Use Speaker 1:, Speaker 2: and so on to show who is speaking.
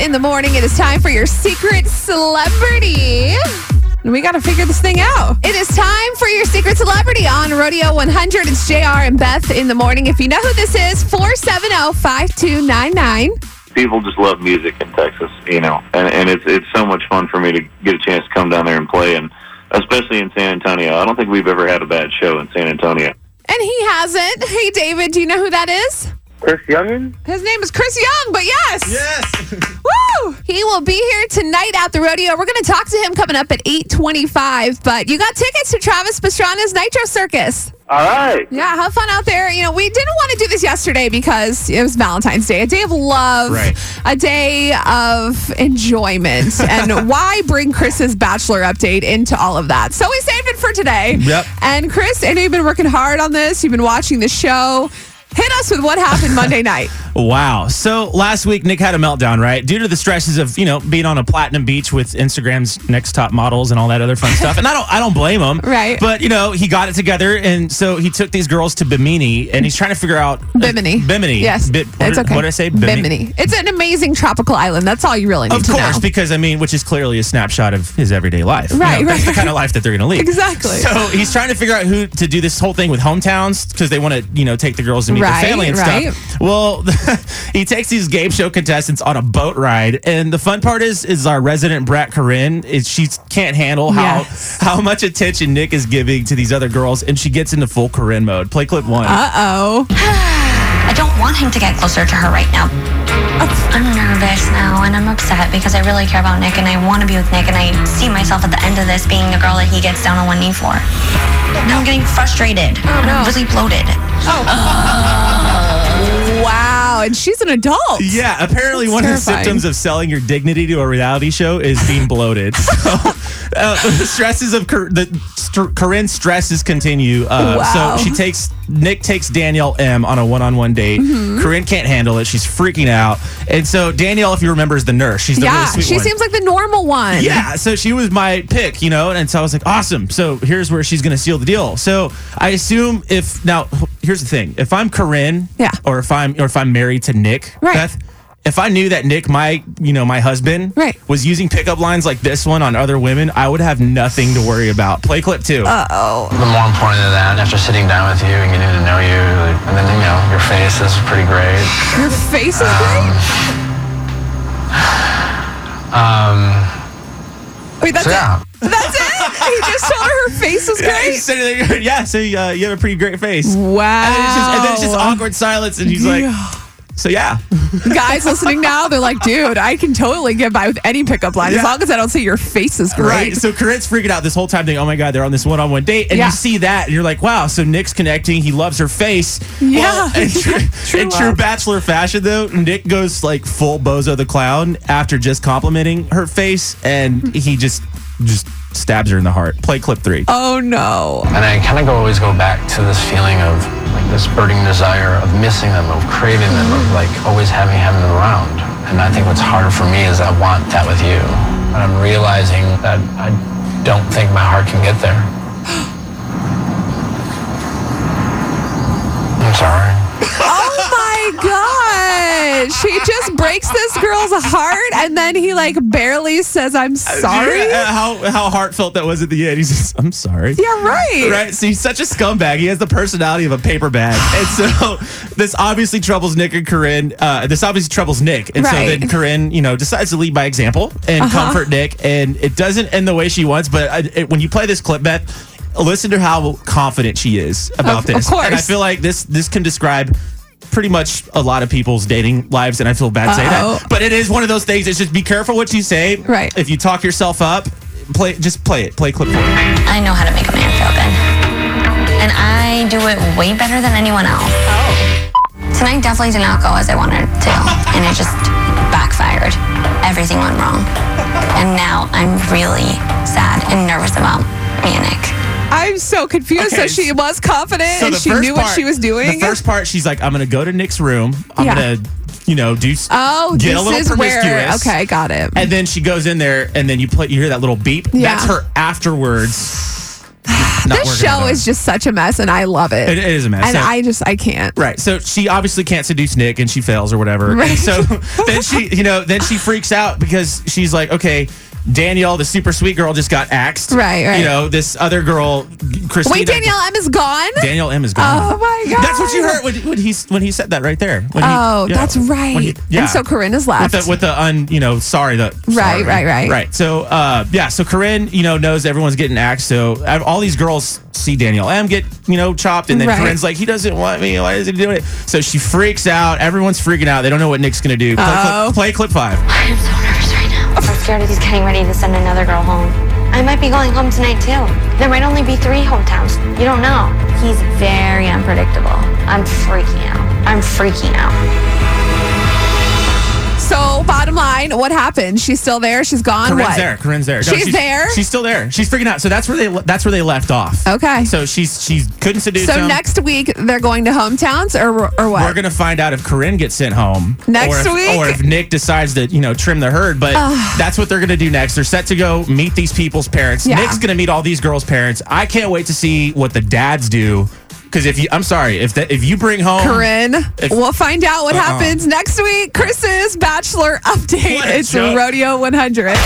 Speaker 1: in the morning. It is time for your secret celebrity.
Speaker 2: And we got to figure this thing out.
Speaker 1: It is time for your secret celebrity on Rodeo 100. It's JR and Beth in the morning. If you know who this is, oh, 470 5299.
Speaker 3: people just love music in Texas, you know, and, and it's it's so much fun for me to get a chance to come down there and play, and especially in San Antonio. I don't think we've ever had a bad show in San Antonio.
Speaker 1: And he hasn't. Hey, David, do you know who that is?
Speaker 4: Chris Youngin?
Speaker 1: His name is Chris Young, but yes.
Speaker 5: Yes.
Speaker 1: Woo! He will be here tonight at the rodeo. We're going to talk to him coming up at 825, but you got tickets to Travis Pastrana's Nitro Circus.
Speaker 4: All right.
Speaker 1: Yeah, have fun out there. You know, we didn't want to do this yesterday because it was Valentine's Day, a day of love,
Speaker 5: Right.
Speaker 1: a day of enjoyment. and why bring Chris's bachelor update into all of that? So we saved it for today.
Speaker 5: Yep.
Speaker 1: And Chris, I know you've been working hard on this. You've been watching the show. Hit us with what happened Monday night.
Speaker 5: Wow. So last week, Nick had a meltdown, right? Due to the stresses of you know being on a platinum beach with Instagram's next top models and all that other fun stuff. And I don't, I don't blame him,
Speaker 1: Right.
Speaker 5: But you know, he got it together, and so he took these girls to Bimini, and he's trying to figure out
Speaker 1: Bimini.
Speaker 5: Uh, Bimini.
Speaker 1: Yes.
Speaker 5: Bi- what,
Speaker 1: it's
Speaker 5: did-
Speaker 1: okay.
Speaker 5: What did I say?
Speaker 1: Bimini. It's an amazing tropical island. That's all you really need
Speaker 5: Of
Speaker 1: to
Speaker 5: course,
Speaker 1: know.
Speaker 5: because I mean, which is clearly a snapshot of his everyday life. You
Speaker 1: Right,
Speaker 5: know, That's
Speaker 1: right.
Speaker 5: the kind of life that they're going to lead.
Speaker 1: Exactly.
Speaker 5: So he's trying to figure out who to do this whole thing with hometowns because they want to, you know, take the girls to meet
Speaker 1: Right,
Speaker 5: their family and
Speaker 1: right.
Speaker 5: stuff. Well, he takes these game show contestants on a boat ride, and the fun part is, is our resident Brat Corinne. Is she can't handle how
Speaker 1: Yes.
Speaker 5: how much attention Nick is giving to these other girls, and she gets into full Corinne mode. Play clip one.
Speaker 1: Uh oh.
Speaker 6: I don't want him to get closer to her right now. I'm nervous now and I'm upset because I really care about Nick and I want to be with Nick and I see myself at the end of this being the girl that he gets down on one knee for. Now I'm getting frustrated and
Speaker 1: no.
Speaker 6: I'm really bloated.
Speaker 1: Wow. And she's an adult.
Speaker 5: Yeah, apparently
Speaker 1: That's
Speaker 5: one
Speaker 1: terrifying.
Speaker 5: of the symptoms of selling your dignity to a reality show is being bloated. So uh, the stresses of Cor- the st- Corinne's stresses continue. Uh,
Speaker 1: Wow.
Speaker 5: So she takes Nick takes Danielle M on a one-on-one date.
Speaker 1: Mm-hmm.
Speaker 5: Corinne can't handle it; she's freaking out. And so Danielle, if you remember, is the nurse. She's the
Speaker 1: Yeah.
Speaker 5: really sweet
Speaker 1: she
Speaker 5: one.
Speaker 1: seems like the normal one.
Speaker 5: Yeah, so she was my pick, you know, and so I was like, awesome. So here's where she's gonna seal the deal. So I assume if now here's the thing: if I'm Corinne,
Speaker 1: Yeah.
Speaker 5: or if I'm or if I'm married to Nick,
Speaker 1: Right.
Speaker 5: Beth, if I knew that Nick, my you know my husband,
Speaker 1: Right.
Speaker 5: was using pickup lines like this one on other women, I would have nothing to worry about. Play clip two.
Speaker 1: Uh,
Speaker 7: But more important than that, after sitting down with you and getting to know you, like, and then, you know, your face is pretty great.
Speaker 1: Your face is great. Wait, that's
Speaker 7: Um, So, yeah.
Speaker 1: it. That's it. He just told her her face was
Speaker 5: yeah, he
Speaker 1: great.
Speaker 5: said it- yeah, so uh, you have a pretty great face.
Speaker 1: Wow.
Speaker 5: And, then it's just, and then it's just awkward silence, and he's
Speaker 1: Yeah.
Speaker 5: like, so yeah.
Speaker 1: Guys listening now, they're like, dude, I can totally get by with any pickup line as
Speaker 5: Yeah.
Speaker 1: long as I don't say your face is great.
Speaker 5: Right. So Corinne's freaking out this whole time, thinking, "Oh my god, they're on this one-on-one date," and
Speaker 1: Yeah.
Speaker 5: you see that, and you're like, "Wow!" So Nick's connecting. He loves her face.
Speaker 1: Yeah.
Speaker 5: in true,
Speaker 1: True
Speaker 5: in true
Speaker 1: love.
Speaker 5: bachelor fashion, though, Nick goes like full bozo the clown after just complimenting her face, and he just just stabs her in the heart. Play clip three.
Speaker 1: Oh no.
Speaker 7: And I kind of go, always go back to this feeling of like this burning desire of missing them, of craving them, of like always having having them around. And I think what's harder for me is I want that with you, and I'm realizing that I don't think my heart can get there. I'm sorry.
Speaker 1: Oh my gosh. He just breaks this girl's heart and then he like barely says, I'm sorry.
Speaker 5: Uh, how how heartfelt that was at the end. He's just, "I'm sorry."
Speaker 1: Yeah, right.
Speaker 5: Right, so he's such a scumbag. He has the personality of a paper bag, and so this obviously troubles Nick and Corinne. Uh, this obviously troubles Nick, and so
Speaker 1: Right. Uh-huh.
Speaker 5: then Corinne, you know, decides to lead by example and comfort Nick, and it doesn't end the way she wants. But I, it, when you play this clip, Beth, listen to how confident she is about
Speaker 1: Of-
Speaker 5: this,
Speaker 1: of course.
Speaker 5: and I feel like this this can describe. Pretty much a lot of people's dating lives, and I feel bad saying
Speaker 1: Uh-oh.
Speaker 5: that. But it is one of those things. It's just be careful what you say.
Speaker 1: Right.
Speaker 5: If you talk yourself up, play just play it. Play clip four.
Speaker 6: I know how to make a man feel good. And I do it way better than anyone else. Tonight definitely did not go as I wanted it to. And it just backfired. Everything went wrong. And now I'm really sad and nervous about me and Nick.
Speaker 1: I'm so confused.
Speaker 5: Okay,
Speaker 1: so she was confident and
Speaker 5: the
Speaker 1: she
Speaker 5: first
Speaker 1: knew what
Speaker 5: part-
Speaker 1: she was doing.
Speaker 5: The first part, she's like, "I'm gonna go to Nick's room. I'm
Speaker 1: Yeah.
Speaker 5: gonna, you know, do s-
Speaker 1: oh,
Speaker 5: get a little
Speaker 1: this is where.
Speaker 5: promiscuous."
Speaker 1: Okay, got it.
Speaker 5: And then she goes in there, and then you play. You hear that little beep.
Speaker 1: Yeah.
Speaker 5: That's her afterwards. not
Speaker 1: this
Speaker 5: working out
Speaker 1: show
Speaker 5: better.
Speaker 1: is just such a mess, and I love it.
Speaker 5: It- it is a mess.
Speaker 1: and
Speaker 5: So-
Speaker 1: I just I can't.
Speaker 5: Right. So she obviously can't seduce Nick and she fails or whatever.
Speaker 1: Right.
Speaker 5: And so then she, you know, then she freaks out because she's like, okay, Danielle, the super sweet girl, just got axed.
Speaker 1: Right, right.
Speaker 5: You know, this other girl, Christina.
Speaker 1: Wait, Danielle M is gone.
Speaker 5: Danielle M is gone.
Speaker 1: Oh my god.
Speaker 5: That's what you heard when, when he when he said that right there. When he-
Speaker 1: Oh,
Speaker 5: yeah.
Speaker 1: that's right.
Speaker 5: When he- yeah.
Speaker 1: And so Corinne's
Speaker 5: with
Speaker 1: left.
Speaker 5: the with the un you know sorry the
Speaker 1: Right,
Speaker 5: sorry.
Speaker 1: right, right.
Speaker 5: right so uh yeah so Corinne you know knows everyone's getting axed so uh, all these girls see Danielle M get you know chopped and then
Speaker 1: Right.
Speaker 5: Corinne's like he doesn't want me why is he doing it so she freaks out everyone's freaking out they don't know what Nick's gonna do play,
Speaker 1: Oh.
Speaker 5: clip, play clip five
Speaker 6: I'm so nervous right now. I'm scared that he's getting ready to send another girl home. I might be going home tonight too. There might only be three hometowns. You don't know. He's very unpredictable. I'm freaking out. I'm freaking out.
Speaker 1: so bottom line, what happened? She's still there. She's gone.
Speaker 5: Corinne's
Speaker 1: what?
Speaker 5: there Corinne's there
Speaker 1: She's there?
Speaker 5: she's still there she's freaking out so that's where they le- that's where they left off
Speaker 1: Okay.
Speaker 5: so she's she couldn't seduce
Speaker 1: So
Speaker 5: him.
Speaker 1: next week they're going to hometowns or or what?
Speaker 5: um, we're gonna find out if Corinne gets sent home
Speaker 1: Next
Speaker 5: or if,
Speaker 1: week?
Speaker 5: or if Nick decides to you know trim the herd. But that's what they're gonna do next. They're set to go meet these people's parents.
Speaker 1: Yeah.
Speaker 5: Nick's gonna meet all these girls' parents. I can't wait to see what the dads do. Because if you, I'm sorry, if that if you bring home
Speaker 1: Corinne.
Speaker 5: If-
Speaker 1: we'll find out what
Speaker 5: Uh-uh.
Speaker 1: happens next week. Chris's Bachelor Update.
Speaker 5: What a
Speaker 1: It's
Speaker 5: joke.
Speaker 1: Rodeo 100.